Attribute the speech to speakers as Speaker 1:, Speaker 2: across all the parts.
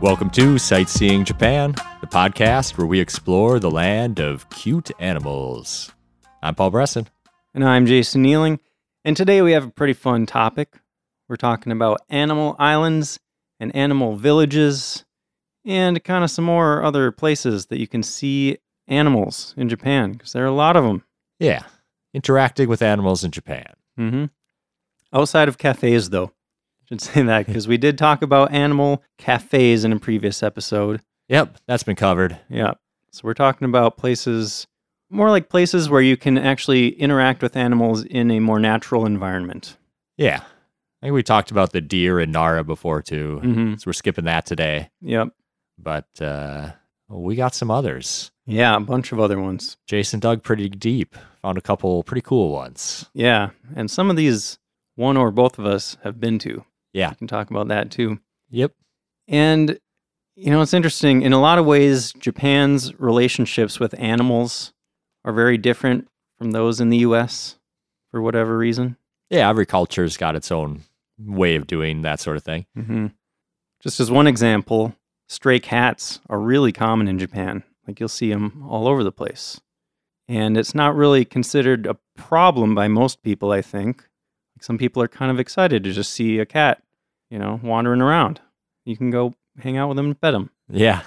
Speaker 1: Welcome to Sightseeing Japan, the podcast where we explore the land of cute animals. I'm Paul Bresson.
Speaker 2: And I'm Jason Nealing. And today we have a pretty fun topic. We're talking about animal islands and animal villages and kind of some more other places that you can see animals in Japan because there are a lot of them.
Speaker 1: Yeah, interacting with animals in Japan.
Speaker 2: hmm Outside of cafes, though, I should say that because we did talk about animal cafes in a previous episode.
Speaker 1: Yep, that's been covered.
Speaker 2: Yeah. So we're talking about places, more like places where you can actually interact with animals in a more natural environment.
Speaker 1: Yeah, I think we talked about the deer in Nara before too,
Speaker 2: Mm-hmm.
Speaker 1: so we're skipping that today.
Speaker 2: Yep.
Speaker 1: But uh, we got some others.
Speaker 2: Yeah, a bunch of other ones.
Speaker 1: Jason dug pretty deep, found a couple pretty cool ones.
Speaker 2: Yeah. And some of these one or both of us have been to.
Speaker 1: Yeah.
Speaker 2: We can talk about that too.
Speaker 1: Yep.
Speaker 2: And, you know, it's interesting. In a lot of ways, Japan's relationships with animals are very different from those in the US for whatever reason.
Speaker 1: Yeah, every culture's got its own way of doing that sort of thing.
Speaker 2: Mm-hmm. Just as one example, stray cats are really common in Japan. Like you'll see them all over the place. And it's not really considered a problem by most people, I think. Like some people are kind of excited to just see a cat, you know, wandering around. You can go hang out with them and pet them.
Speaker 1: Yeah.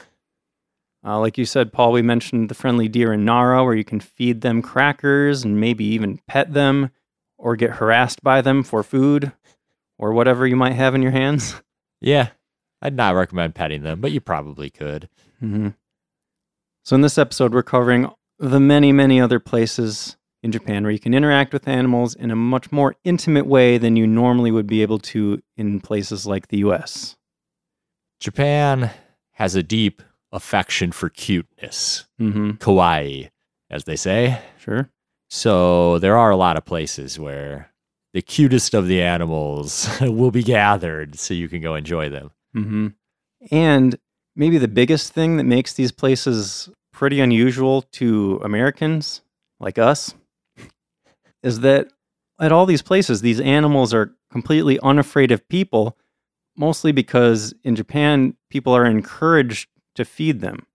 Speaker 2: Uh, like you said, Paul, we mentioned the friendly deer in Nara, where you can feed them crackers and maybe even pet them or get harassed by them for food or whatever you might have in your hands.
Speaker 1: Yeah. I'd not recommend petting them, but you probably could.
Speaker 2: hmm So, in this episode, we're covering the many, many other places in Japan where you can interact with animals in a much more intimate way than you normally would be able to in places like the US.
Speaker 1: Japan has a deep affection for cuteness,
Speaker 2: Mm-hmm.
Speaker 1: kawaii, as they say.
Speaker 2: Sure.
Speaker 1: So there are a lot of places where the cutest of the animals will be gathered so you can go enjoy them.
Speaker 2: Mm-hmm. And maybe the biggest thing that makes these places pretty unusual to Americans like us is that at all these places, these animals are completely unafraid of people, mostly because in Japan, people are encouraged to feed them.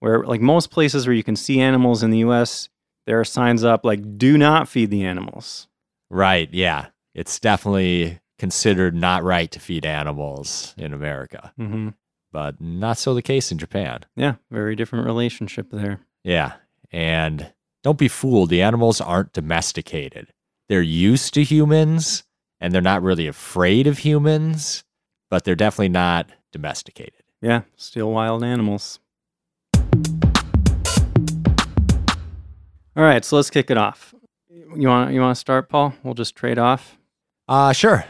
Speaker 2: Where, like most places where you can see animals in the US, there are signs up like, do not feed the animals.
Speaker 1: Right. Yeah. It's definitely considered not right to feed animals in America,
Speaker 2: Mm-hmm.
Speaker 1: but not so the case in Japan.
Speaker 2: Yeah, very different relationship there.
Speaker 1: Yeah. And don't be fooled. The animals aren't domesticated. They're used to humans and they're not really afraid of humans, but they're definitely not domesticated.
Speaker 2: Yeah, still wild animals. All right, so let's kick it off. You want you want to start, Paul? We'll just trade off.
Speaker 1: Uh, sure.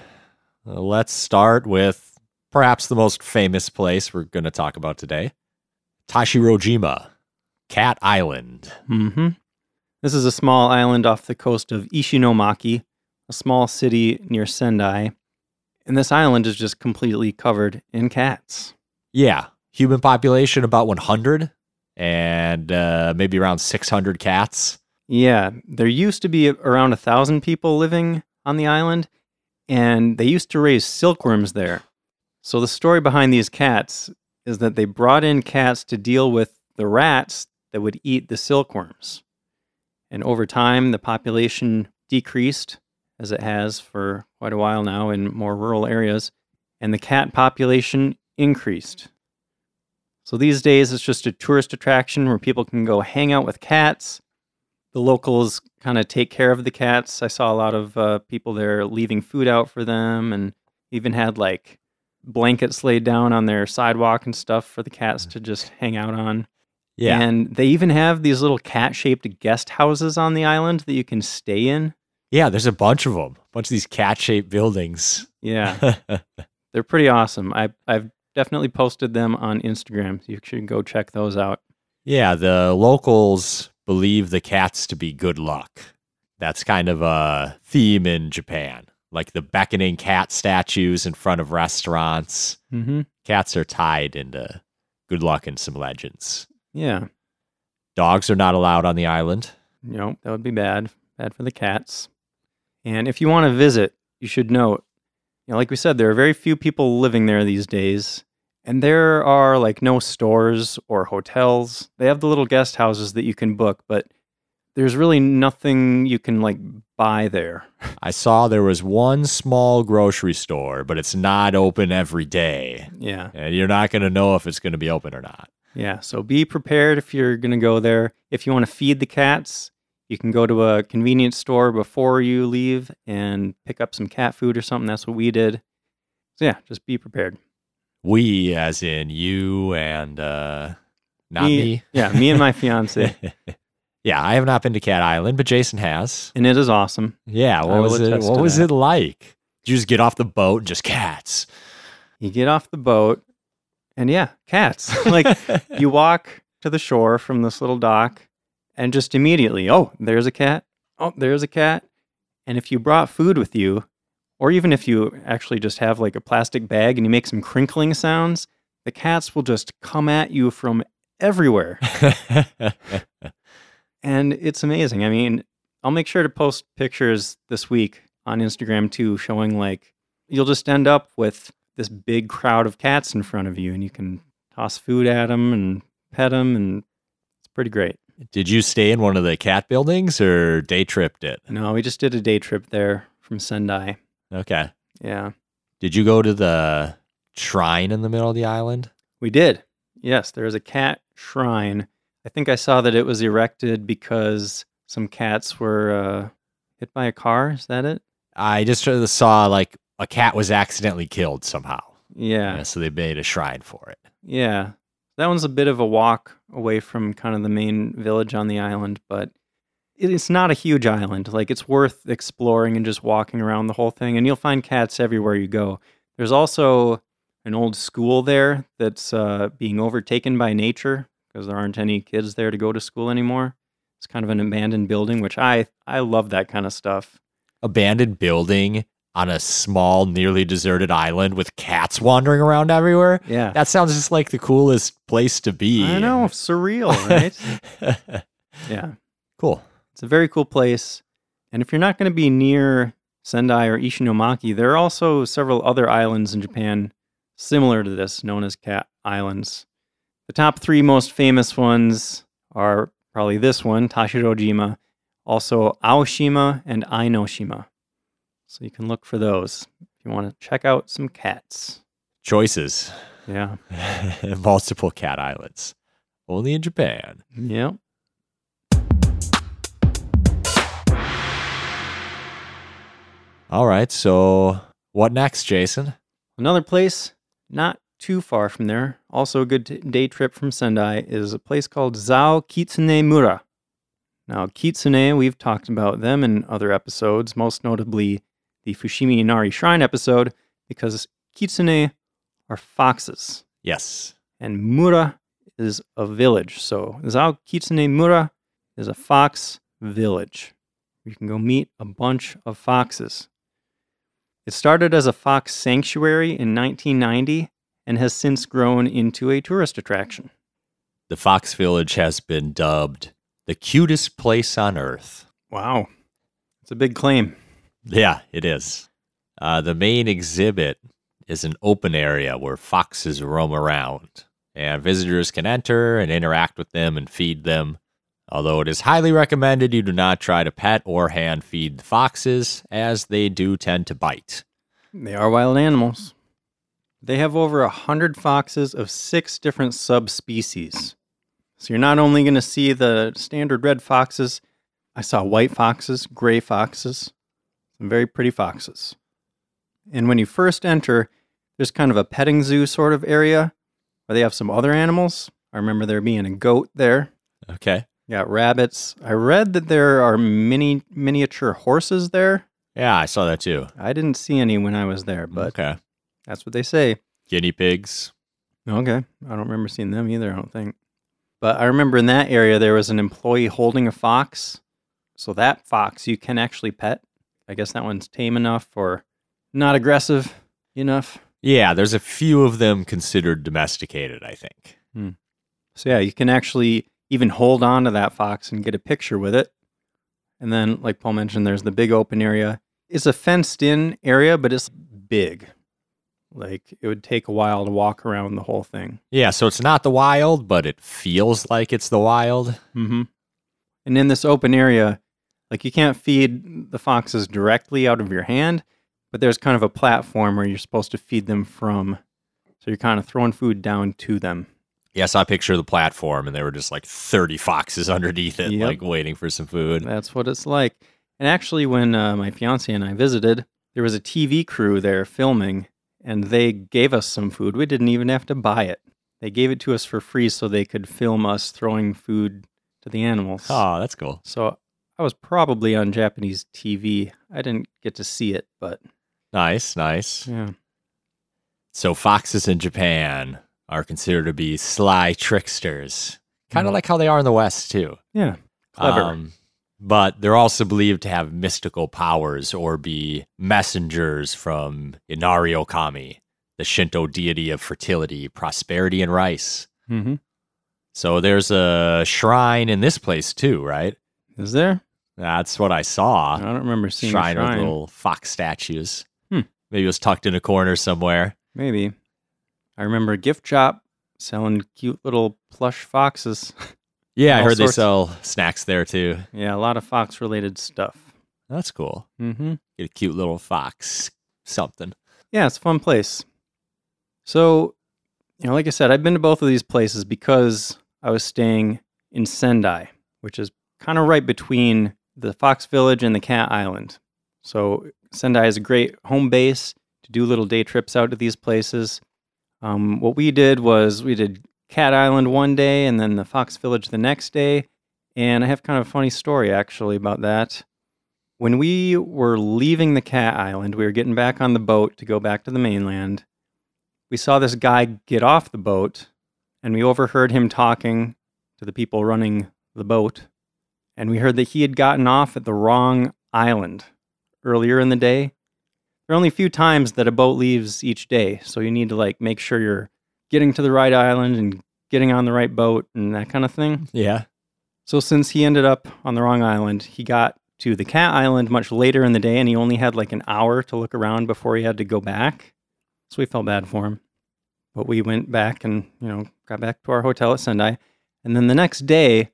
Speaker 1: Uh, Let's start with perhaps the most famous place we're going to talk about today Tashirojima, Cat Island.
Speaker 2: Mm-hmm. This is a small island off the coast of Ishinomaki, a small city near Sendai, and this island is just completely covered in cats.
Speaker 1: Yeah. Human population about 100 and uh, maybe around 600 cats.
Speaker 2: Yeah, there used to be around a thousand people living on the island, and they used to raise silkworms there. So the story behind these cats is that they brought in cats to deal with the rats that would eat the silkworms. And over time, the population decreased, as it has for quite a while now in more rural areas, and the cat population increased. So these days, it's just a tourist attraction where people can go hang out with cats the locals kind of take care of the cats. I saw a lot of uh, people there leaving food out for them and even had like blankets laid down on their sidewalk and stuff for the cats to just hang out on.
Speaker 1: Yeah.
Speaker 2: And they even have these little cat shaped guest houses on the island that you can stay in.
Speaker 1: Yeah. There's a bunch of them, a bunch of these cat shaped buildings.
Speaker 2: Yeah, they're pretty awesome. I, I've definitely posted them on Instagram. So you should go check those out.
Speaker 1: yeah, the locals believe the cats to be good luck. That's kind of a theme in Japan. Like the beckoning cat statues in front of restaurants.
Speaker 2: Mm-hmm.
Speaker 1: Cats are tied into good luck and some legends.
Speaker 2: Yeah,
Speaker 1: Dogs are not allowed on the island.
Speaker 2: No, that would be bad. Bad for the cats. And if you want to visit, you should note, you know, like we said, there are very few people living there these days, And there are like no stores or hotels. They have the little guest houses that you can book, but there's really nothing you can like buy there.
Speaker 1: I saw there was one small grocery store, but it's not open every day.
Speaker 2: Yeah.
Speaker 1: And you're not going to know if it's going to be open or not.
Speaker 2: Yeah. So be prepared if you're going to go there. If you want to feed the cats, you can go to a convenience store before you leave and pick up some cat food or something. That's what we did. So yeah, just be prepared.
Speaker 1: We, as in you and uh, not
Speaker 2: Me-
Speaker 1: me.
Speaker 2: Yeah, me and my fiance.
Speaker 1: yeah, I have not been to Cat Island, but Jason has.
Speaker 2: And it is awesome.
Speaker 1: Yeah,
Speaker 2: I
Speaker 1: what
Speaker 2: will
Speaker 1: was it?
Speaker 2: attest
Speaker 1: What
Speaker 2: to
Speaker 1: was
Speaker 2: that.
Speaker 1: it like? Did you just get off the boat and just cats?
Speaker 2: You get off the boat and yeah, cats. like you walk to the shore from this little dock and just immediately, oh, there's a cat. Oh, there's a cat. And if you brought food with you, or even if you actually just have like a plastic bag and you make some crinkling sounds, the cats will just come at you from everywhere. And it's amazing. I mean, I'll make sure to post pictures this week on Instagram too, showing like you'll just end up with this big crowd of cats in front of you, and you can toss food at them and pet them, and it's pretty great.
Speaker 1: Did you stay in one of the cat buildings or day tripped it?
Speaker 2: No, we just did a day trip there from Sendai.
Speaker 1: Okay.
Speaker 2: Yeah,
Speaker 1: Did you go to the shrine in the middle of the island?
Speaker 2: we did. Yes, there is a cat shrine. I think I saw that it was erected because some cats were uh, hit by a car. Is that it?
Speaker 1: I just sort of saw like a cat was accidentally killed somehow.
Speaker 2: Yeah.
Speaker 1: Yeah, so they made a shrine for it.
Speaker 2: Yeah. That one's a bit of a walk away from kind of the main village on the island, but it- it's not a huge island. Like it's worth exploring and just walking around the whole thing, and you'll find cats everywhere you go. There's also an old school there that's uh, being overtaken by nature because there aren't any kids there to go to school anymore. It's kind of an abandoned building, which I I love that kind of stuff.
Speaker 1: Abandoned building on a small, nearly deserted island with cats wandering around everywhere.
Speaker 2: Yeah,
Speaker 1: That sounds just like the coolest place to be.
Speaker 2: I know, surreal, right? yeah.
Speaker 1: cool.
Speaker 2: It's a very cool place. And if you're not going to be near Sendai or Ishinomaki, there are also several other islands in Japan similar to this, known as Cat Islands. The top three most famous ones are probably this one, Tashirojima, also Aoshima and Ainoshima. So you can look for those if you want to check out some cats.
Speaker 1: Choices.
Speaker 2: Yeah.
Speaker 1: Multiple cat islands. Only in Japan.
Speaker 2: Yep.
Speaker 1: All right. So, what next, Jason?
Speaker 2: Another place not too far from there, also a good t- day trip from Sendai, is a place called Zao Kitsune Mura. Now, Kitsune, we've talked about them in other episodes, most notably the Fushimi Inari Shrine episode, because Kitsune are foxes
Speaker 1: Yes.
Speaker 2: and Mura is a village. So Zao Kitsune Mura is a fox village. You can go meet a bunch of foxes. It started as a fox sanctuary in 1990 and has since grown into a tourist attraction.
Speaker 1: The Fox Village has been dubbed the cutest place on earth.
Speaker 2: Wow. It's a big claim.
Speaker 1: Yeah, it is. Uh, the main exhibit is an open area where foxes roam around, and visitors can enter and interact with them and feed them. Although it is highly recommended you do not try to pet or hand feed the foxes, as they do tend to bite.
Speaker 2: They are wild animals. They have over a hundred foxes of six different subspecies. So you're not only going to see the standard red foxes, I saw white foxes, gray foxes, some very pretty foxes. And when you first enter, there's kind of a petting zoo sort of area where they have some other animals. I remember there being a goat there.
Speaker 1: Okay.
Speaker 2: Got rabbits. I read that there are mini miniature horses there.
Speaker 1: Yeah, I saw that too.
Speaker 2: I didn't see any when I was there, but
Speaker 1: okay.
Speaker 2: that's what they say.
Speaker 1: Guinea pigs.
Speaker 2: Okay. I don't remember seeing them either, I don't think. But I remember in that area there was an employee holding a fox. So that fox you can actually pet. I guess that one's tame enough or not aggressive enough.
Speaker 1: Yeah, there's a few of them considered domesticated, I think.
Speaker 2: So yeah, you can actually even hold on to that fox and get a picture with it. And then like Paul mentioned there's the big open area. It's a fenced in area, but it's big. Like it would take a while to walk around the whole thing.
Speaker 1: Yeah, so it's not the wild, but it feels like it's the wild.
Speaker 2: Mm-hmm. And in this open area, like you can't feed the foxes directly out of your hand, but there's kind of a platform where you're supposed to feed them from. So you're kind of throwing food down to them.
Speaker 1: Yeah, I saw a picture of the platform and there were just like 30 foxes underneath it,
Speaker 2: Yep.
Speaker 1: like waiting for some food.
Speaker 2: That's what it's like. And actually, when uh, my fiance and I visited, there was a TV crew there filming, and they gave us some food. We didn't even have to buy it. They gave it to us for free so they could film us throwing food to the animals.
Speaker 1: Oh, that's cool.
Speaker 2: So I was probably on Japanese TV. I didn't get to see it, but
Speaker 1: Nice, nice.
Speaker 2: yeah.
Speaker 1: So foxes in Japan are considered to be sly tricksters, kind of
Speaker 2: Mhm.
Speaker 1: like how they are in the West too.
Speaker 2: Yeah. Clever.
Speaker 1: Um, but they're also believed to have mystical powers or be messengers from Inari Okami, the Shinto deity of fertility, prosperity, and rice.
Speaker 2: hmm
Speaker 1: So there's a shrine in this place too, right?
Speaker 2: Is there?
Speaker 1: That's what I saw.
Speaker 2: I don't remember seeing
Speaker 1: shrine,
Speaker 2: a
Speaker 1: with
Speaker 2: Ah, shrine.
Speaker 1: little fox statues.
Speaker 2: Hmm.
Speaker 1: Maybe it was tucked in a corner somewhere.
Speaker 2: Maybe. I remember a gift shop selling cute little plush foxes.
Speaker 1: Yeah, I
Speaker 2: All
Speaker 1: heard they
Speaker 2: sorts.
Speaker 1: sell snacks there too.
Speaker 2: yeah, a lot of fox related stuff.
Speaker 1: That's cool.
Speaker 2: Mm-hmm.
Speaker 1: Get a cute little fox something.
Speaker 2: Yeah, it's a fun place. So, you know, like I said, I've been to both of these places because I was staying in Sendai, which is kind of right between the Fox Village and the Cat Island. So, Sendai is a great home base to do little day trips out to these places. Um, what we did was we did Cat Island one day and then the Fox Village the next day. And I have kind of a funny story actually about that. When we were leaving the Cat Island, we were getting back on the boat to go back to the mainland. We saw this guy get off the boat and we overheard him talking to the people running the boat. And we heard that he had gotten off at the wrong island earlier in the day. There are only a few times that a boat leaves each day, so you need to like make sure you're getting to the right island and getting on the right boat and that kind of thing.
Speaker 1: Yeah.
Speaker 2: So since he ended up on the wrong island, he got to the cat island much later in the day and he only had like an hour to look around before he had to go back. So we felt bad for him. But we went back and, you know, got back to our hotel at Sendai. And then the next day,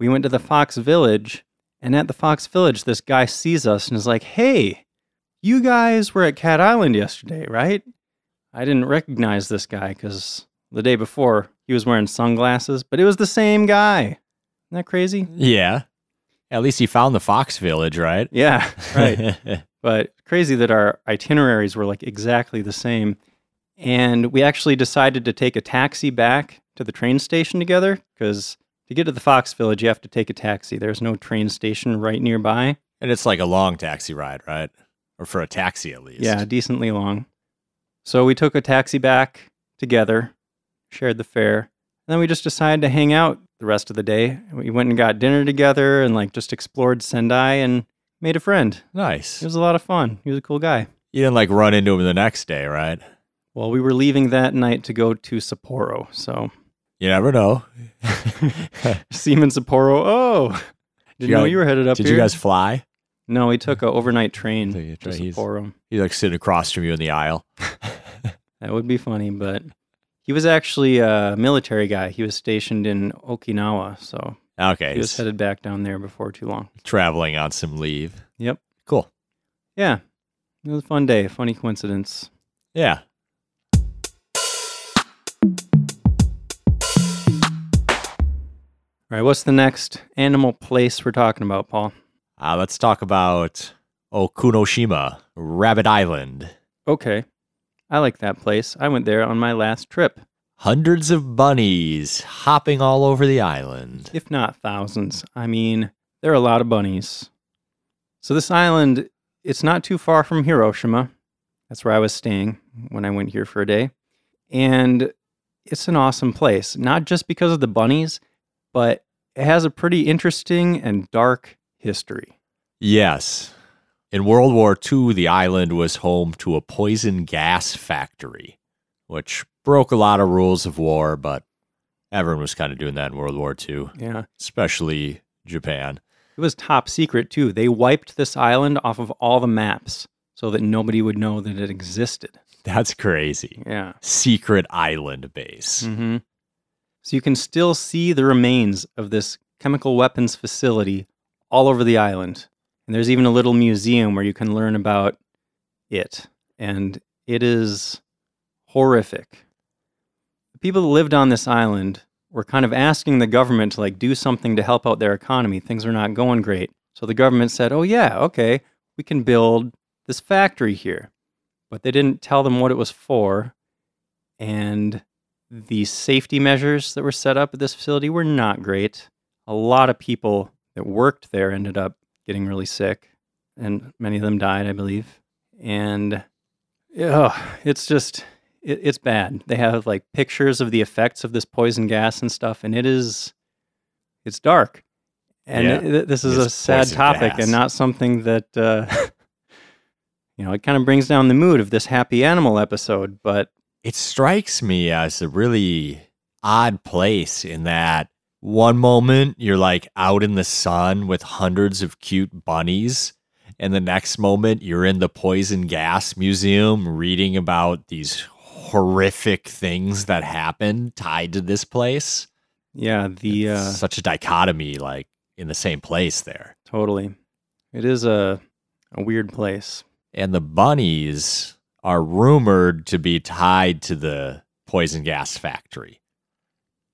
Speaker 2: we went to the Fox Village. And at the Fox Village, this guy sees us and is like, hey, you guys were at Cat Island yesterday, right? I didn't recognize this guy because the day before he was wearing sunglasses, but it was the same guy. Isn't that crazy?
Speaker 1: Yeah. At least he found the fox village, right?
Speaker 2: Yeah, but crazy that our itineraries were like exactly the same. And we actually decided to take a taxi back to the train station together because to get to the Fox Village, you have to take a taxi. There's no train station right nearby.
Speaker 1: and it's like a long taxi ride, right? Or for a taxi at least.
Speaker 2: Yeah, decently long. So we took a taxi back together, shared the fare, and then we just decided to hang out the rest of the day. We went and got dinner together and like just explored Sendai and made a friend.
Speaker 1: Nice.
Speaker 2: It was a lot of fun. He was a cool guy.
Speaker 1: You didn't like run into him the next day, right?
Speaker 2: Well, we were leaving that night to go to Sapporo. So,
Speaker 1: You never know.
Speaker 2: Seaman Sapporo. Oh, didn't
Speaker 1: you
Speaker 2: know
Speaker 1: guys-
Speaker 2: you were headed up
Speaker 1: Did
Speaker 2: here.
Speaker 1: you guys fly?
Speaker 2: No, we took an overnight train
Speaker 1: So you
Speaker 2: to
Speaker 1: try- he's-
Speaker 2: Sapporo.
Speaker 1: He's like sitting across from you in the aisle.
Speaker 2: That would be funny, but he was actually a military guy. He was stationed in Okinawa, so
Speaker 1: Okay.
Speaker 2: he was
Speaker 1: he's
Speaker 2: headed back down there before too long.
Speaker 1: traveling on some leave.
Speaker 2: Yep.
Speaker 1: Cool.
Speaker 2: Yeah, it was a fun day. Funny coincidence.
Speaker 1: Yeah.
Speaker 2: All right, what's the next animal place we're talking about, Paul?
Speaker 1: Uh, let's talk about Okunoshima, Rabbit Island.
Speaker 2: Okay, I like that place. I went there on my last trip.
Speaker 1: Hundreds of bunnies hopping all over the island.
Speaker 2: if not thousands. I mean, there are a lot of bunnies. So this island, it's not too far from Hiroshima. That's where I was staying when I went here for a day. And it's an awesome place, not just because of the bunnies, but it has a pretty interesting and dark history.
Speaker 1: Yes. In World War II, the island was home to a poison gas factory, which broke a lot of rules of war, but everyone was kind of doing that in World War II,
Speaker 2: Yeah.
Speaker 1: especially Japan.
Speaker 2: It was top secret too. They wiped this island off of all the maps so that nobody would know that it existed.
Speaker 1: That's crazy.
Speaker 2: Yeah.
Speaker 1: Secret island base.
Speaker 2: hmm So you can still see the remains of this chemical weapons facility all over the island. And there's even a little museum where you can learn about it. And it is horrific. The people that lived on this island were kind of asking the government to like do something to help out their economy. Things are not going great. So the government said, "Oh yeah, okay, we can build this factory here." But they didn't tell them what it was for. And the safety measures that were set up at this facility were not great. A lot of people that worked there ended up getting really sick, and many of them died, I believe. And yeah, it's just it, it's bad. They have like pictures of the effects of this poison gas and stuff, and it is it's dark. And
Speaker 1: Yeah.
Speaker 2: it- it- this is a
Speaker 1: It's
Speaker 2: sad
Speaker 1: poison
Speaker 2: topic
Speaker 1: gas.
Speaker 2: and not something that uh, you know. It kind of brings down the mood of this happy animal episode, but
Speaker 1: It strikes me as a really odd place in that one moment you're like out in the sun with hundreds of cute bunnies. And the next moment, you're in the poison gas museum reading about these horrific things that happened tied to this place.
Speaker 2: yeah, the
Speaker 1: It's
Speaker 2: uh,
Speaker 1: such a dichotomy, like in the same place there.
Speaker 2: Totally. It is a a weird place.
Speaker 1: And the bunnies are rumored to be tied to the poison gas factory.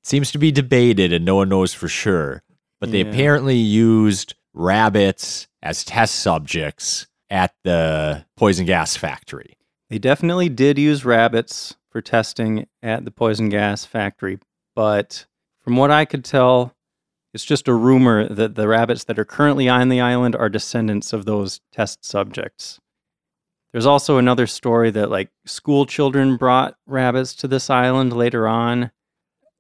Speaker 1: Seems to be debated and no one knows for sure, but they
Speaker 2: Yeah.
Speaker 1: apparently used rabbits as test subjects at the poison gas factory.
Speaker 2: They definitely did use rabbits for testing at the poison gas factory, but from what I could tell, it's just a rumor that the rabbits that are currently on the island are descendants of those test subjects. There's also another story that like school children brought rabbits to this island later on.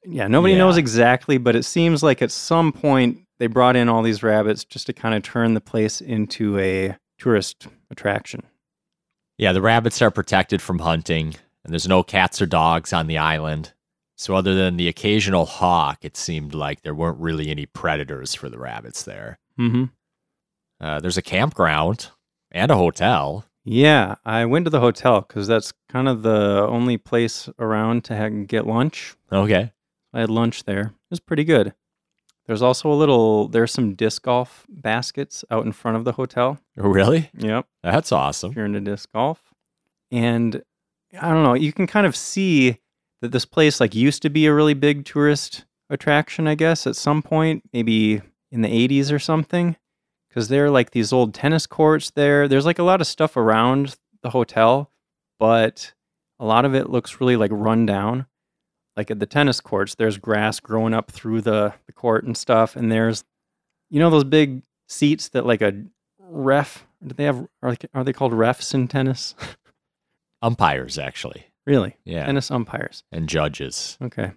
Speaker 2: Yeah, nobody
Speaker 1: Yeah.
Speaker 2: knows exactly, but it seems like at some point they brought in all these rabbits just to kind of turn the place into a tourist attraction.
Speaker 1: Yeah, the rabbits are protected from hunting, and there's no cats or dogs on the island. So, other than the occasional hawk, it seemed like there weren't really any predators for the rabbits there.
Speaker 2: Mhm.
Speaker 1: Uh, there's a campground and a hotel.
Speaker 2: Yeah, I went to the hotel because that's kind of the only place around to ha- get lunch.
Speaker 1: Okay.
Speaker 2: I had lunch there. It was pretty good. There's also a little, there's some disc golf baskets out in front of the hotel.
Speaker 1: Really?
Speaker 2: Yep.
Speaker 1: That's
Speaker 2: If
Speaker 1: awesome.
Speaker 2: you're into disc golf. And I don't know, you can kind of see that this place like used to be a really big tourist attraction, I guess, at some point, maybe in the 80s or something. Cause there are like these old tennis courts there. There's like a lot of stuff around the hotel, but a lot of it looks really like run down. Like at the tennis courts, there's grass growing up through the, the court and stuff. And there's, you know, those big seats that like a ref, do they have, are, they- are they called refs in tennis?
Speaker 1: Umpires, actually.
Speaker 2: really?
Speaker 1: Yeah.
Speaker 2: Tennis umpires.
Speaker 1: And judges.
Speaker 2: Okay.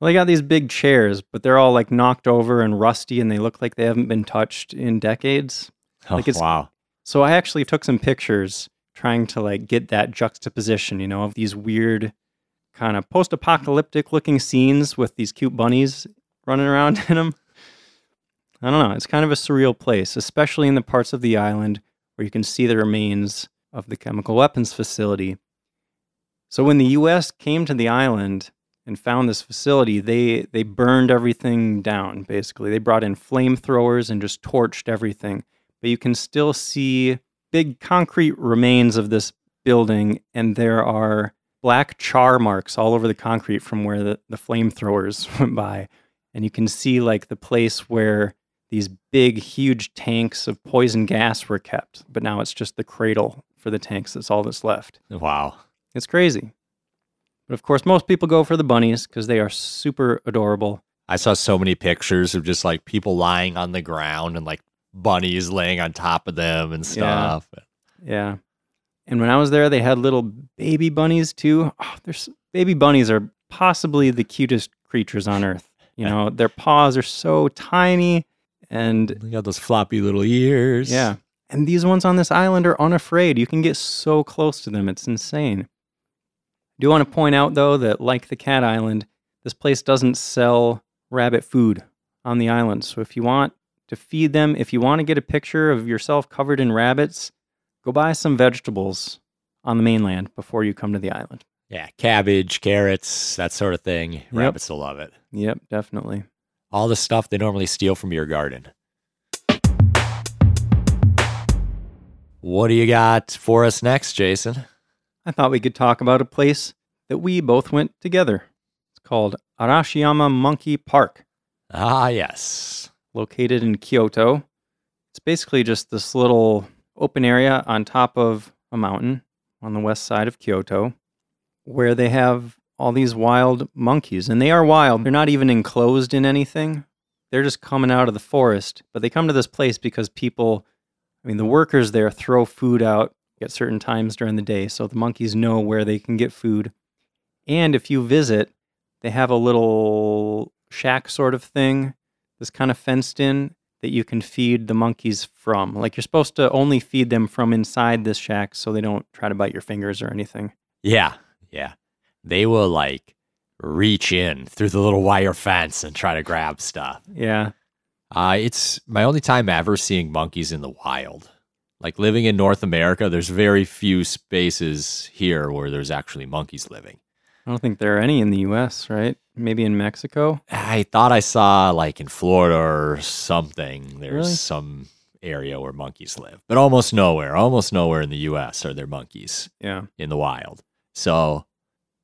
Speaker 2: Well, they got these big chairs, but they're all like knocked over and rusty and they look like they haven't been touched in decades.
Speaker 1: Oh,
Speaker 2: Like it's-
Speaker 1: wow.
Speaker 2: So I actually took some pictures trying to like get that juxtaposition, you know, of these weird kind of post-apocalyptic looking scenes with these cute bunnies running around in them. I don't know, it's kind of a surreal place, especially in the parts of the island where you can see the remains of the chemical weapons facility. So when the US came to the island and found this facility, they they burned everything down basically. They brought in flamethrowers and just torched everything but you can still see big concrete remains of this building, and there are black char marks all over the concrete from where the, the flamethrowers went by. And you can see like the place where these big, huge tanks of poison gas were kept, but now it's just the cradle for the tanks. That's all that's left.
Speaker 1: Wow.
Speaker 2: It's crazy. But of course, most people go for the bunnies because they are super adorable.
Speaker 1: I saw so many pictures of just like people lying on the ground and like bunnies laying on top of them and
Speaker 2: Yeah.
Speaker 1: stuff.
Speaker 2: Yeah. And when I was there, they had little baby bunnies too. Oh, there's baby bunnies are possibly the cutest creatures on earth. You know, their paws are so tiny and
Speaker 1: They got those floppy little ears.
Speaker 2: yeah. And these ones on this island are unafraid. You can get so close to them. It's insane. do want to point out though that like the cat island, this place doesn't sell rabbit food on the island. So if you want to feed them, if you want to get a picture of yourself covered in rabbits, go buy some vegetables on the mainland before you come to the island.
Speaker 1: Yeah, cabbage, carrots, that sort of thing. Rabbits will love it.
Speaker 2: Yep, definitely.
Speaker 1: All the stuff they normally steal from your garden. What do you got for us next, Jason?
Speaker 2: I thought we could talk about a place that we both went together. It's called Arashiyama Monkey Park,
Speaker 1: Ah, yes.
Speaker 2: located in Kyoto. It's basically just this little open area on top of a mountain on the west side of Kyoto where they have all these wild monkeys. And they are wild, they're not even enclosed in anything. They're just coming out of the forest, but they come to this place because people, I mean, the workers there throw food out at certain times during the day. So the monkeys know where they can get food. And if you visit, they have a little shack sort of thing that's kind of fenced in that you can feed the monkeys from. Like you're supposed to only feed them from inside this shack so they don't try to bite your fingers or anything.
Speaker 1: Yeah, yeah. They will like reach in through the little wire fence and try to grab stuff.
Speaker 2: Yeah.
Speaker 1: Uh, it's my only time ever seeing monkeys in the wild. Like living in North America, there's very few spaces here where there's actually monkeys living.
Speaker 2: I don't think there are any in the US, right? Maybe in Mexico.
Speaker 1: I thought I saw like in Florida or something, there's
Speaker 2: Really?
Speaker 1: some area where monkeys live, but almost nowhere, almost nowhere in the US are there monkeys.
Speaker 2: Yeah.
Speaker 1: in the wild. So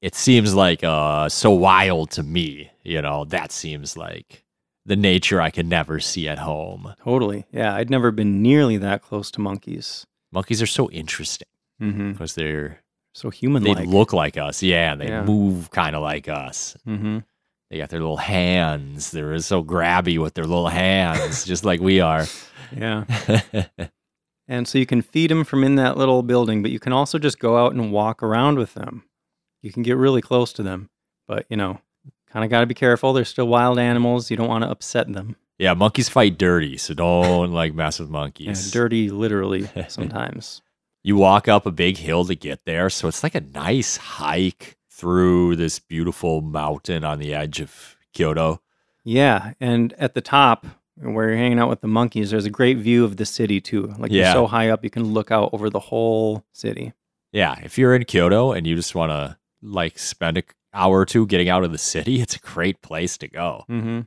Speaker 1: it seems like uh so wild to me, you know, that seems like the nature I can never see at home.
Speaker 2: Totally. Yeah. I'd never been nearly that close to monkeys.
Speaker 1: Monkeys are so interesting
Speaker 2: Mm-hmm.
Speaker 1: because they're
Speaker 2: So human
Speaker 1: they
Speaker 2: like.
Speaker 1: look like us. Yeah, and they
Speaker 2: Yeah.
Speaker 1: move kind of like us.
Speaker 2: mm-hmm.
Speaker 1: They got their little hands. They're so grabby with their little hands, just like we are.
Speaker 2: Yeah. And so you can feed them from in that little building, but you can also just go out and walk around with them. You can get really close to them, but you know, kind of got to be careful. They're still wild animals. You don't want to upset them.
Speaker 1: yeah, monkeys fight dirty, so don't like mess with
Speaker 2: Yeah,
Speaker 1: monkeys.
Speaker 2: dirty, literally, sometimes.
Speaker 1: you walk up a big hill to get there. So it's like a nice hike through this beautiful mountain on the edge of Kyoto.
Speaker 2: yeah. And at the top where you're hanging out with the monkeys, there's a great view of the city too. Like you're
Speaker 1: Yeah.
Speaker 2: so high up, you can look out over the whole city.
Speaker 1: Yeah, if you're in Kyoto and you just want to like spend an hour or two getting out of the city, it's a great place to go.
Speaker 2: Mm-hmm.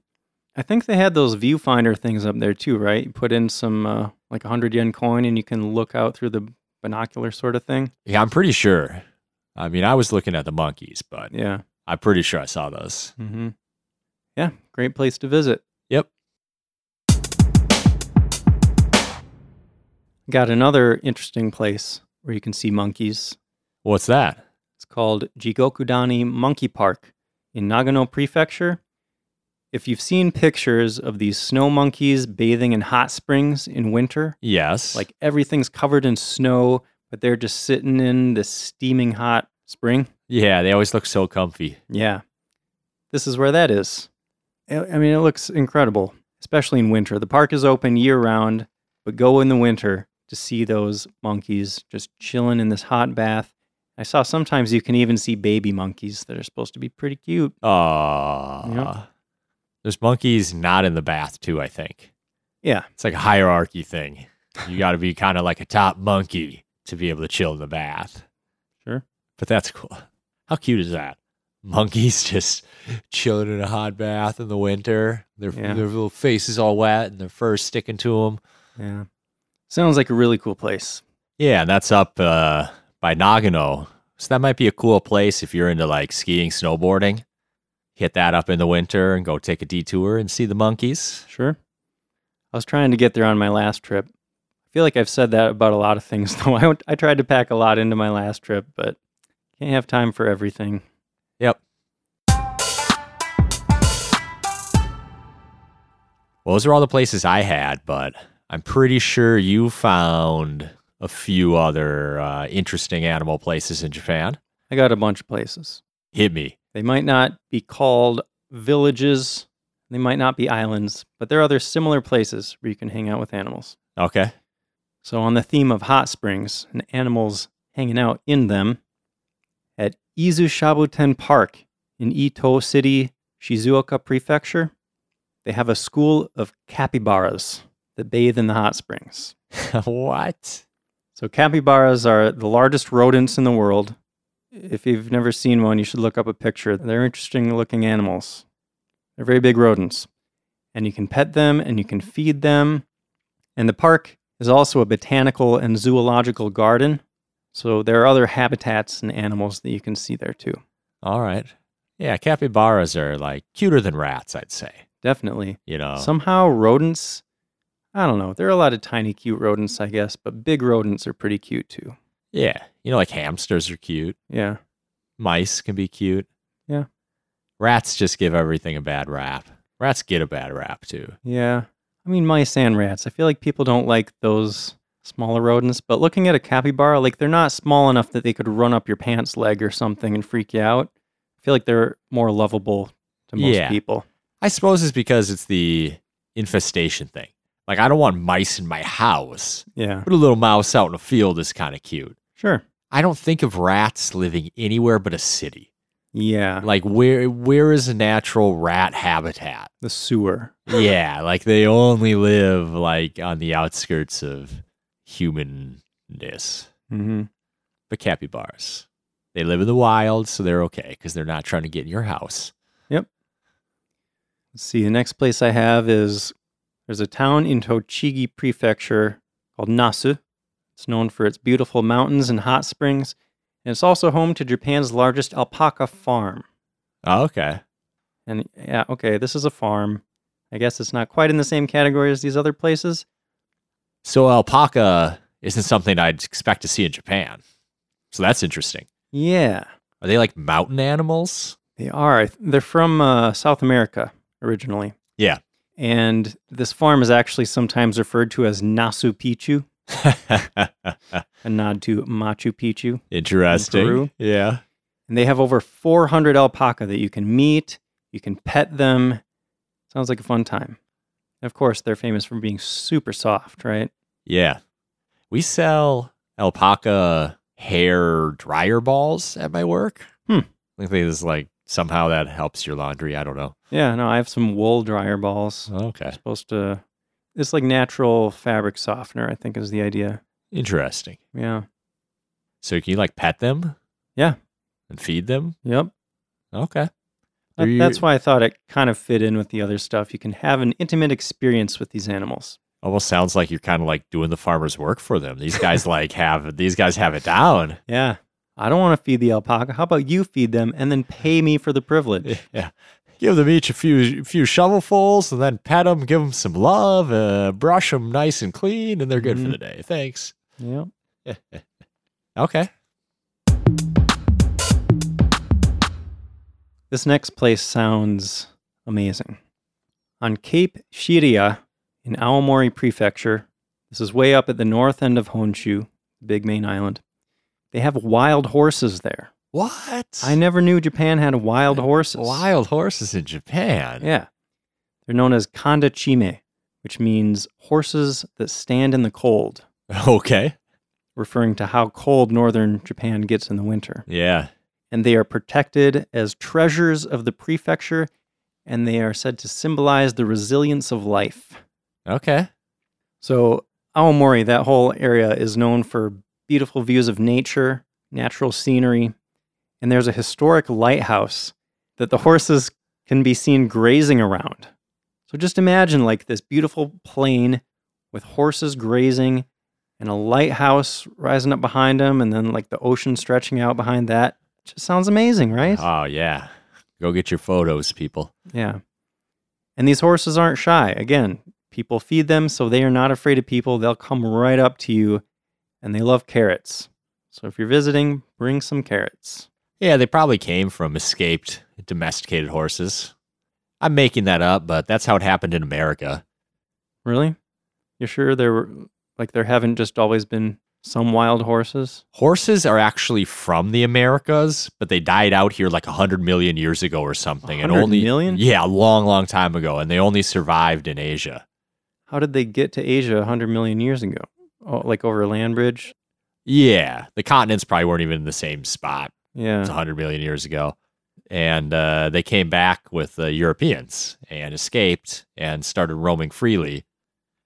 Speaker 2: I think they had those viewfinder things up there too, right? You put in some uh, like a hundred yen coin, and you can look out through the binocular sort of thing.
Speaker 1: Yeah, I'm pretty sure. I mean, I was looking at the monkeys, but
Speaker 2: Yeah.
Speaker 1: I'm pretty sure I saw those.
Speaker 2: Mm-hmm. Yeah. Great place to visit.
Speaker 1: Yep.
Speaker 2: Got another interesting place where you can see monkeys.
Speaker 1: What's that?
Speaker 2: It's called Jigokudani Monkey Park in Nagano Prefecture. If you've seen pictures of these snow monkeys bathing in hot springs in winter,
Speaker 1: Yes.
Speaker 2: like everything's covered in snow, but they're just sitting in this steaming hot spring.
Speaker 1: yeah, they always look so comfy.
Speaker 2: Yeah. This is where that is. I I mean, it looks incredible, especially in winter. The park is open year round, but go in the winter to see those monkeys just chilling in this hot bath. I saw sometimes you can even see baby monkeys that are supposed to be pretty cute.
Speaker 1: Ah.
Speaker 2: Yeah.
Speaker 1: There's monkeys not in the bath too, I think.
Speaker 2: Yeah.
Speaker 1: It's like a hierarchy thing. You got to be kind of like a top monkey to be able to chill in the bath.
Speaker 2: Sure.
Speaker 1: But that's cool. How cute is that? Monkeys just chilling in a hot bath in the winter. Their
Speaker 2: Yeah.
Speaker 1: their little faces all wet and their fur sticking to them.
Speaker 2: Yeah. Sounds like a really cool place.
Speaker 1: Yeah, and that's up uh, by Nagano. So that might be a cool place if you're into like skiing, snowboarding. Hit that up in the winter and go take a detour and see the monkeys.
Speaker 2: Sure. I was trying to get there on my last trip. I feel like I've said that about a lot of things, though. I, I tried to pack a lot into my last trip, but can't have time for everything.
Speaker 1: Yep. Well, those are all the places I had, but I'm pretty sure you found a few other uh, interesting animal places in Japan.
Speaker 2: I got a bunch of places.
Speaker 1: Hit me.
Speaker 2: They might not be called villages, they might not be islands, but there are other similar places where you can hang out with animals.
Speaker 1: Okay.
Speaker 2: So, on the theme of hot springs and animals hanging out in them, at Izushabuten Park in Ito City, Shizuoka Prefecture, they have a school of capybaras that bathe in the hot springs.
Speaker 1: what?
Speaker 2: So capybaras are the largest rodents in the world. If you've never seen one, you should look up a picture. They're interesting looking animals. They're very big rodents. And you can pet them and you can feed them. And the park is also a botanical and zoological garden. So there are other habitats and animals that you can see there too.
Speaker 1: All right. Yeah, capybaras are like cuter than rats, I'd say.
Speaker 2: Definitely.
Speaker 1: You know,
Speaker 2: Somehow rodents, I don't know. There are a lot of tiny cute rodents, I guess, but big rodents are pretty cute too.
Speaker 1: yeah, you know, like hamsters are cute.
Speaker 2: Yeah.
Speaker 1: Mice can be cute.
Speaker 2: Yeah.
Speaker 1: Rats just give everything a bad rap. Rats get a bad rap too.
Speaker 2: Yeah. I mean, mice and rats. I feel like people don't like those smaller rodents, but looking at a capybara, like they're not small enough that they could run up your pants leg or something and freak you out. I feel like they're more lovable to most
Speaker 1: Yeah.
Speaker 2: people.
Speaker 1: I suppose it's because it's the infestation thing. Like, I don't want mice in my house,
Speaker 2: Yeah.
Speaker 1: but a little mouse out in a field is kind of cute.
Speaker 2: Sure.
Speaker 1: I don't think of rats living anywhere but a city.
Speaker 2: Yeah.
Speaker 1: Like, where where is a natural rat habitat?
Speaker 2: The sewer.
Speaker 1: yeah, like they only live like on the outskirts of humanness.
Speaker 2: Mm-hmm.
Speaker 1: But capybaras, they live in the wild, so they're okay because they're not trying to get in your house.
Speaker 2: Let's see. The next place I have is there's a town in Tochigi Prefecture called Nasu. It's known for its beautiful mountains and hot springs, and it's also home to Japan's largest alpaca farm.
Speaker 1: Oh, okay.
Speaker 2: And yeah, okay, this is a farm. I guess it's not quite in the same category as these other places.
Speaker 1: So alpaca isn't something I'd expect to see in Japan. So that's interesting.
Speaker 2: Yeah,
Speaker 1: Are they like mountain animals?
Speaker 2: they are. I th- They're from uh, South America originally.
Speaker 1: Yeah.
Speaker 2: And this farm is actually sometimes referred to as Nasu Picchu, a nod to Machu Picchu.
Speaker 1: interesting.
Speaker 2: In Peru?
Speaker 1: Yeah.
Speaker 2: And they have over 400 alpaca that you can meet, you can pet them. Sounds like a fun time. Of course, they're famous for being super soft, right?
Speaker 1: Yeah. We sell alpaca hair dryer balls at my work.
Speaker 2: Hmm.
Speaker 1: I think this is like somehow that helps your laundry. I don't know.
Speaker 2: Yeah, no, I have some wool dryer balls.
Speaker 1: Okay.
Speaker 2: supposed to it's like natural fabric softener i think is the idea
Speaker 1: Interesting.
Speaker 2: yeah
Speaker 1: So can you like pet them?
Speaker 2: Yeah.
Speaker 1: And feed them?
Speaker 2: yep
Speaker 1: Okay.
Speaker 2: That-
Speaker 1: Are you-
Speaker 2: that's why i thought it kind of fit in with the other stuff you can have an intimate experience with these animals
Speaker 1: Almost sounds like you're kind of like doing the farmer's work for them. These guys like have these guys have it down.
Speaker 2: yeah i don't want to feed the alpaca how about you feed them and then pay me for the privilege
Speaker 1: Yeah. Give them each a few few shovelfuls and then pet them, give them some love, uh, brush them nice and clean, and they're good
Speaker 2: Mhm.
Speaker 1: for the day. Thanks.
Speaker 2: yeah
Speaker 1: Okay.
Speaker 2: this next place sounds amazing on cape shiria in aomori prefecture this is way up at the north end of honshu the big main island they have wild horses there
Speaker 1: What?
Speaker 2: I never knew Japan had wild horses.
Speaker 1: Wild horses in Japan.
Speaker 2: Yeah. They're known as kanda chime, which means horses that stand in the cold,
Speaker 1: Okay.
Speaker 2: referring to how cold northern Japan gets in the winter.
Speaker 1: Yeah.
Speaker 2: And they are protected as treasures of the prefecture, and they are said to symbolize the resilience of life.
Speaker 1: Okay.
Speaker 2: So, Aomori, that whole area is known for beautiful views of nature, natural scenery, and there's a historic lighthouse that the horses can be seen grazing around. So, just imagine like this beautiful plain with horses grazing and a lighthouse rising up behind them, and then like the ocean stretching out behind that. Just sounds amazing, right?
Speaker 1: Oh yeah. Go get your photos, people.
Speaker 2: Yeah. And these horses aren't shy. Again, people feed them, so they are not afraid of people. They'll come right up to you and they love carrots. So if you're visiting, bring some carrots.
Speaker 1: Yeah, they probably came from escaped domesticated horses. I'm making that up, but that's how it happened in America.
Speaker 2: Really? You're sure there were like there haven't just always been some wild horses?
Speaker 1: Horses are actually from the Americas, but they died out here like 100 million years ago or something. and
Speaker 2: 100
Speaker 1: only
Speaker 2: million?
Speaker 1: Yeah, a long, long time ago. And they only survived in Asia.
Speaker 2: How did they get to Asia 100 million years ago? Oh, like over a land bridge?
Speaker 1: Yeah, the continents probably weren't even in the same spot.
Speaker 2: Yeah.
Speaker 1: It's 100 million years ago. And uh, they came back with the Europeans and escaped and started roaming freely.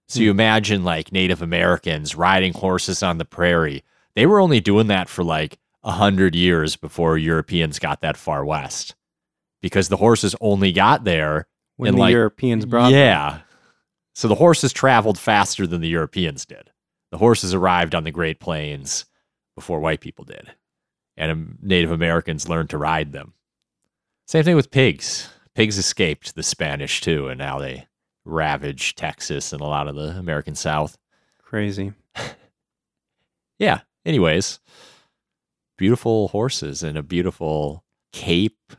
Speaker 1: So you imagine like Native Americans riding horses on the prairie. They were only doing that for like a hundred years before Europeans got that far west, because the horses only got there.
Speaker 2: when
Speaker 1: And,
Speaker 2: the
Speaker 1: like,
Speaker 2: Europeans brought
Speaker 1: yeah. So the horses traveled faster than the Europeans did. The horses arrived on the Great Plains before white people did, and um, Native Americans learned to ride them. Same thing with pigs. Pigs escaped the Spanish too, and now they ravage Texas and a lot of the American South.
Speaker 2: crazy.
Speaker 1: yeah. Anyways, beautiful horses and a beautiful cape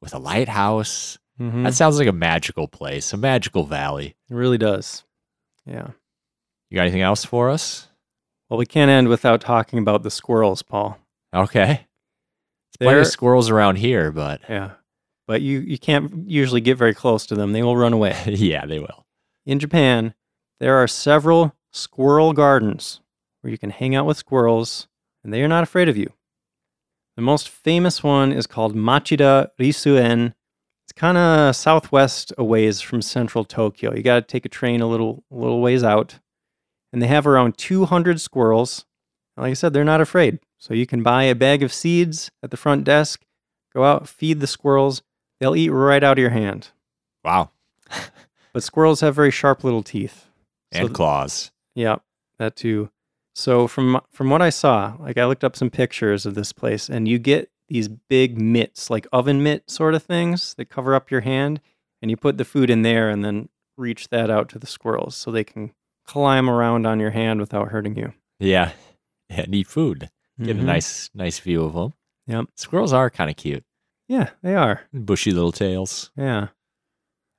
Speaker 1: with a lighthouse.
Speaker 2: hmm
Speaker 1: That sounds like a magical place, a magical valley.
Speaker 2: it really does. Yeah.
Speaker 1: You got anything else for us?
Speaker 2: Well, we can't end without talking about the squirrels, Paul.
Speaker 1: Okay. There's plenty
Speaker 2: They're-
Speaker 1: of squirrels around here, but
Speaker 2: Yeah. But you, you can't usually get very close to them. They will run away.
Speaker 1: yeah, they will.
Speaker 2: In Japan, there are several squirrel gardens where you can hang out with squirrels and they are not afraid of you. The most famous one is called Machida Risuen. It's kind of southwest a ways from central Tokyo. You got to take a train a little little ways out. And they have around 200 squirrels. And like I said, they're not afraid. So you can buy a bag of seeds at the front desk, go out, feed the squirrels. They'll eat right out of your hand.
Speaker 1: Wow.
Speaker 2: But squirrels have very sharp little teeth. So
Speaker 1: And
Speaker 2: th-
Speaker 1: claws.
Speaker 2: yeah, that too. So from from what I saw, like I looked up some pictures of this place, and you get these big mitts, like oven mitt sort of things that cover up your hand, and you put the food in there, and then reach that out to the squirrels so they can climb around on your hand without hurting you.
Speaker 1: Yeah. yeah. Need food. Get
Speaker 2: Mhm.
Speaker 1: a nice, nice view of them.
Speaker 2: Yep.
Speaker 1: Squirrels are kind of cute.
Speaker 2: Yeah, they are.
Speaker 1: Bushy little tails.
Speaker 2: Yeah.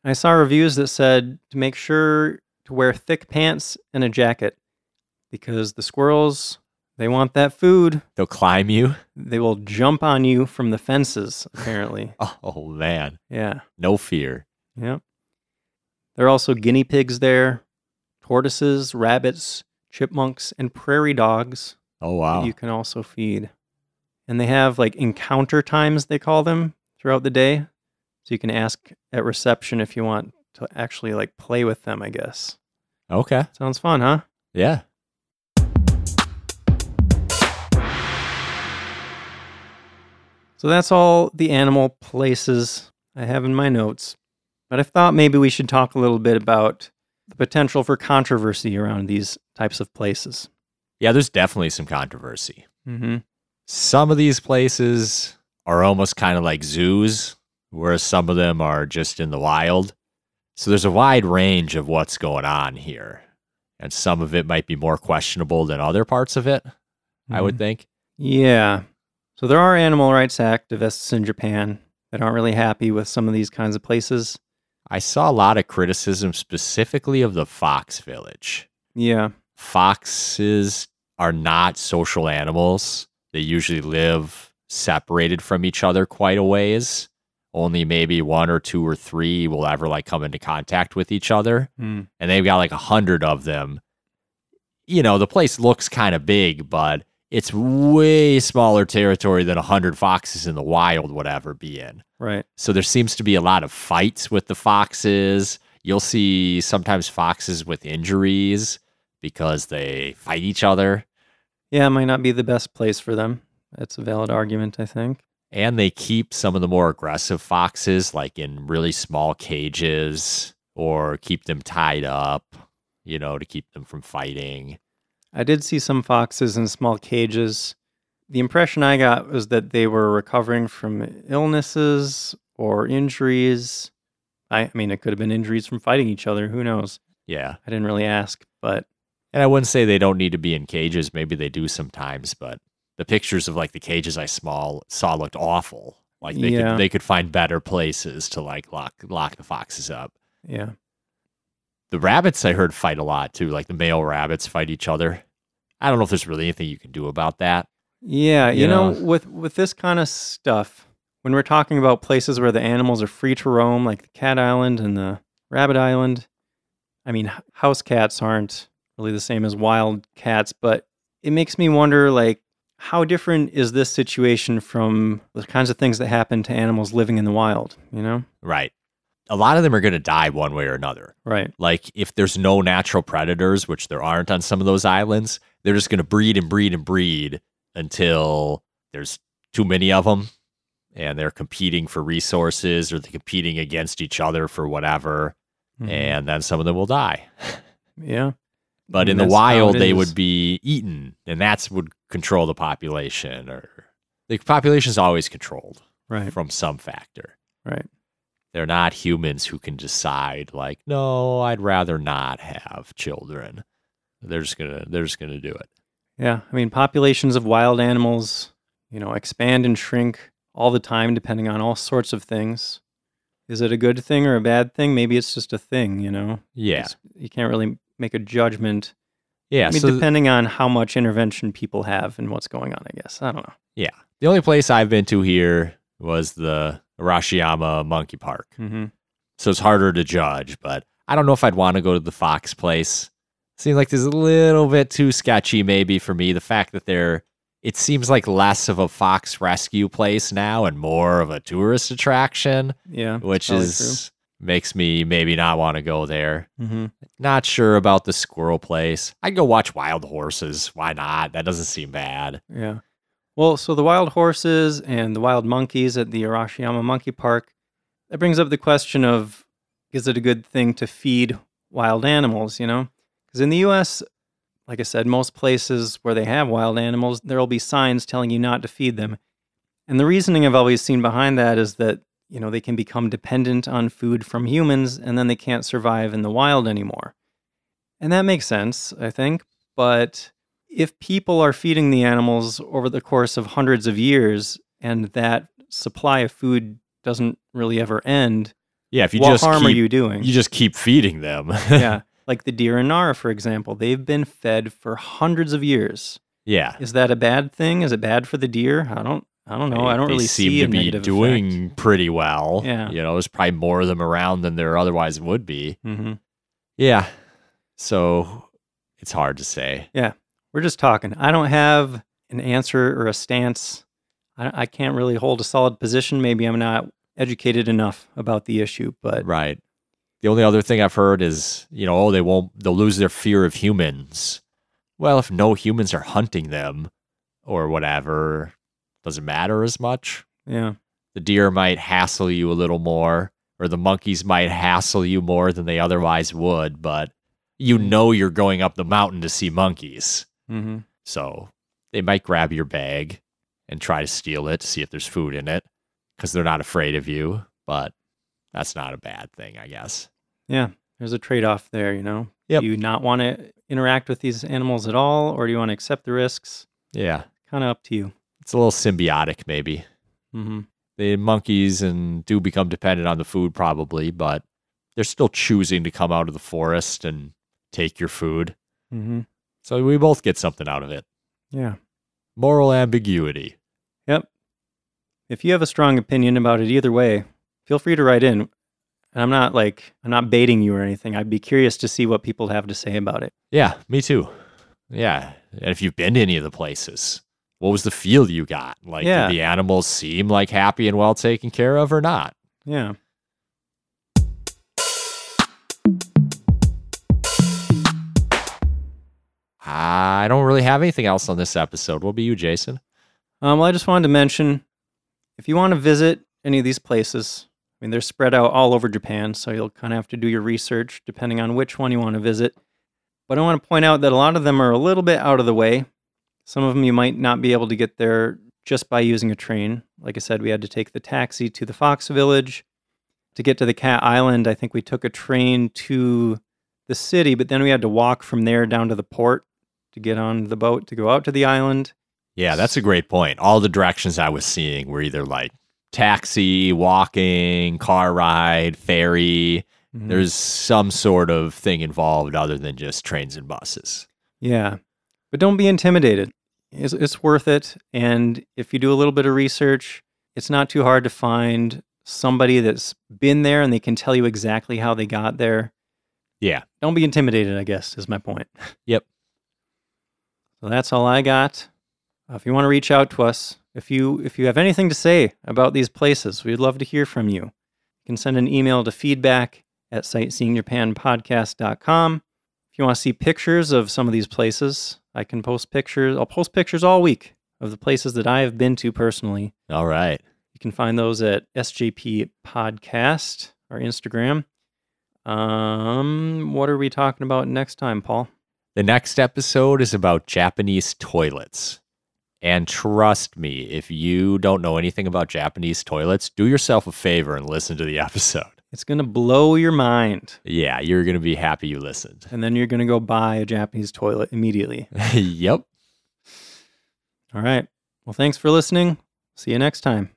Speaker 2: I saw reviews that said to make sure to wear thick pants and a jacket because the squirrels they want that food.
Speaker 1: They'll climb you.
Speaker 2: They will jump on you from the fences, apparently.
Speaker 1: Oh, man.
Speaker 2: yeah.
Speaker 1: No fear.
Speaker 2: Yeah. There are also guinea pigs there, tortoises, rabbits, chipmunks, and prairie dogs
Speaker 1: Oh,
Speaker 2: that
Speaker 1: wow.
Speaker 2: you can also feed. And they have like encounter times, they call them, throughout the day. So you can ask at reception if you want to actually like play with them, I guess.
Speaker 1: Okay.
Speaker 2: Sounds fun, huh?
Speaker 1: Yeah.
Speaker 2: So that's all the animal places I have in my notes. But I thought maybe we should talk a little bit about the potential for controversy around these types of places.
Speaker 1: Yeah, there's definitely some controversy.
Speaker 2: Mm-hmm.
Speaker 1: Some of these places are almost kind of like zoos, whereas some of them are just in the wild. So there's a wide range of what's going on here. And some of it might be more questionable than other parts of it, I would think.
Speaker 2: Mm-hmm. Yeah. So there are animal rights activists in Japan that aren't really happy with some of these kinds of places.
Speaker 1: I saw a lot of criticism specifically of the fox village.
Speaker 2: Yeah.
Speaker 1: foxes are not social animals. They usually live separated from each other quite a ways. Only maybe one or two or three will ever like come into contact with each other. And they've got like a hundred of them. You know, the place looks kind of big, but it's way smaller territory than a hundred foxes in the wild would ever be in.
Speaker 2: Right.
Speaker 1: So there seems to be a lot of fights with the foxes. You'll see sometimes foxes with injuries because they fight each other
Speaker 2: Yeah, it might not be the best place for them. That's a valid argument, I think.
Speaker 1: and they keep some of the more aggressive foxes like in really small cages or keep them tied up, you know, to keep them from fighting.
Speaker 2: I did see some foxes in small cages. The impression I got was that they were recovering from illnesses or injuries. I, I mean, it could have been injuries from fighting each other. Who knows?
Speaker 1: Yeah.
Speaker 2: I didn't really ask, but
Speaker 1: And I wouldn't say they don't need to be in cages. Maybe they do sometimes, but the pictures of like the cages I small saw looked awful. Like they
Speaker 2: Yeah.
Speaker 1: could they could find better places to like lock lock the foxes up.
Speaker 2: yeah.
Speaker 1: the rabbits I heard fight a lot too, like the male rabbits fight each other. I don't know if there's really anything you can do about that.
Speaker 2: Yeah, you
Speaker 1: You
Speaker 2: know,
Speaker 1: know?
Speaker 2: with with this kind of stuff, when we're talking about places where the animals are free to roam, like the cat island and the rabbit island, I mean, h- house cats aren't really the same as wild cats, but it makes me wonder, like, how different is this situation from the kinds of things that happen to animals living in the wild? You know,
Speaker 1: Right. a lot of them are going to die one way or another.
Speaker 2: Right.
Speaker 1: Like if there's no natural predators, which there aren't on some of those islands, they're just going to breed and breed and breed until there's too many of them and they're competing for resources or they're competing against each other for whatever
Speaker 2: Eh.
Speaker 1: and then some of them will die.
Speaker 2: Mm-hmm. yeah.
Speaker 1: But
Speaker 2: And
Speaker 1: in the
Speaker 2: that's how
Speaker 1: wild
Speaker 2: it
Speaker 1: they
Speaker 2: is.
Speaker 1: would be eaten and that's would control the population or the population's always controlled
Speaker 2: Right.
Speaker 1: from some factor.
Speaker 2: Right.
Speaker 1: They're not humans who can decide like, no, I'd rather not have children. They're just gonna they're just gonna do it.
Speaker 2: Yeah. I mean, populations of wild animals, you know, expand and shrink all the time, depending on all sorts of things. Is it a good thing or a bad thing? Maybe it's just a thing, you know?
Speaker 1: Yeah.
Speaker 2: It's- you can't really make a judgment.
Speaker 1: Yeah.
Speaker 2: I mean,
Speaker 1: so th-
Speaker 2: depending on how much intervention people have and what's going on, I guess. I don't know.
Speaker 1: the only place I've been to here was the Arashiyama Monkey Park.
Speaker 2: Mm-hmm.
Speaker 1: So it's harder to judge, but I don't know if I'd want to go to the Fox place. Seems like there's a little bit too sketchy maybe for me. The fact that they're it seems like less of a fox rescue place now and more of a tourist attraction,
Speaker 2: Yeah.
Speaker 1: which
Speaker 2: probably
Speaker 1: is makes me maybe not want to go there.
Speaker 2: true. Mhm.
Speaker 1: Not sure about the squirrel place. I'd go watch wild horses. Why not? That doesn't seem bad.
Speaker 2: Yeah. Well, so the wild horses and the wild monkeys at the Arashiyama Monkey Park, that brings up the question of is it a good thing to feed wild animals, you know? Because in the US, like I said, most places where they have wild animals, there will be signs telling you not to feed them. And the reasoning I've always seen behind that is that, you know, they can become dependent on food from humans and then they can't survive in the wild anymore. And that makes sense, I think. But if people are feeding the animals over the course of hundreds of years and that supply of food doesn't really ever end,
Speaker 1: Yeah, if you
Speaker 2: what
Speaker 1: just
Speaker 2: harm are
Speaker 1: keep,
Speaker 2: you doing?
Speaker 1: you just keep feeding them.
Speaker 2: yeah. Like the deer in Nara, for example, they've been fed for hundreds of years.
Speaker 1: yeah.
Speaker 2: Is that a bad thing? Is it bad for the deer? I don't I don't know. I don't
Speaker 1: they
Speaker 2: really
Speaker 1: seem
Speaker 2: see
Speaker 1: to
Speaker 2: a
Speaker 1: be
Speaker 2: negative
Speaker 1: doing pretty well.
Speaker 2: Yeah.
Speaker 1: you know, there's probably more of them around than there otherwise would be.
Speaker 2: hmm
Speaker 1: Yeah, so it's hard to say.
Speaker 2: We're just talking. I don't have an answer or a stance. I, I can't really hold a solid position. Maybe I'm not educated enough about the issue, but
Speaker 1: Right. The only other thing I've heard is you know oh they won't they'll lose their fear of humans. Well, if no humans are hunting them or whatever, doesn't matter as much.
Speaker 2: yeah.
Speaker 1: The deer might hassle you a little more, or the monkeys might hassle you more than they otherwise would, but you know you're going up the mountain to see monkeys.
Speaker 2: Mm-hmm.
Speaker 1: So they might grab your bag and try to steal it to see if there's food in it because they're not afraid of you. But that's not a bad thing, I guess.
Speaker 2: Yeah, there's a trade off there, you know?
Speaker 1: Yep.
Speaker 2: Do you not want to interact with these animals at all, or do you want to accept the risks?
Speaker 1: Yeah.
Speaker 2: Kind of up to you.
Speaker 1: It's a little symbiotic, maybe.
Speaker 2: hmm
Speaker 1: The monkeys and do become dependent on the food, probably, but they're still choosing to come out of the forest and take your food.
Speaker 2: hmm
Speaker 1: So we both get something out of it.
Speaker 2: Yeah.
Speaker 1: Moral ambiguity.
Speaker 2: Yep. If you have a strong opinion about it either way, feel free to write in. And I'm not like, I'm not baiting you or anything. I'd be curious to see what people have to say about it.
Speaker 1: Yeah, me too. Yeah. And if you've been to any of the places, what was the feel you got? Like,
Speaker 2: Yeah.
Speaker 1: did the animals seem like happy and well taken care of or not?
Speaker 2: Yeah.
Speaker 1: I don't really have anything else on this episode. What about you, Jason?
Speaker 2: Um, well, I just wanted to mention if you want to visit any of these places, I mean, they're spread out all over Japan, so you'll kind of have to do your research depending on which one you want to visit. But I want to point out that a lot of them are a little bit out of the way. Some of them you might not be able to get there just by using a train. Like I said, we had to take the taxi to the Fox Village. To get to the Cat Island, I think we took a train to the city, but then we had to walk from there down to the port to get on the boat to go out to the island.
Speaker 1: Yeah, that's a great point. All the directions I was seeing were either like taxi, walking, car ride, ferry. There's some sort of thing involved other than just trains and buses.
Speaker 2: Yeah. But don't be intimidated. It's, it's worth it. And if you do a little bit of research, it's not too hard to find somebody that's been there and they can tell you exactly how they got there.
Speaker 1: Yeah.
Speaker 2: Don't be intimidated, I guess, is my point.
Speaker 1: Yep.
Speaker 2: So that's all I got. Uh, If you want to reach out to us, if you if you have anything to say about these places, we'd love to hear from you. You can send an email to feedback at sightseeingjapanpodcast.com. If you want to see pictures of some of these places, I can post pictures. I'll post pictures all week of the places that I have been to personally.
Speaker 1: All right.
Speaker 2: You can find those at SJP Podcast or Instagram. Um, what are we talking about next time, Paul?
Speaker 1: The next episode is about Japanese toilets. And trust me, if you don't know anything about Japanese toilets, do yourself a favor and listen to the episode.
Speaker 2: It's going to blow your mind.
Speaker 1: Yeah, you're going to be happy you listened.
Speaker 2: And then you're going to go buy a Japanese toilet immediately.
Speaker 1: yep.
Speaker 2: All right. Well, thanks for listening. See you next time.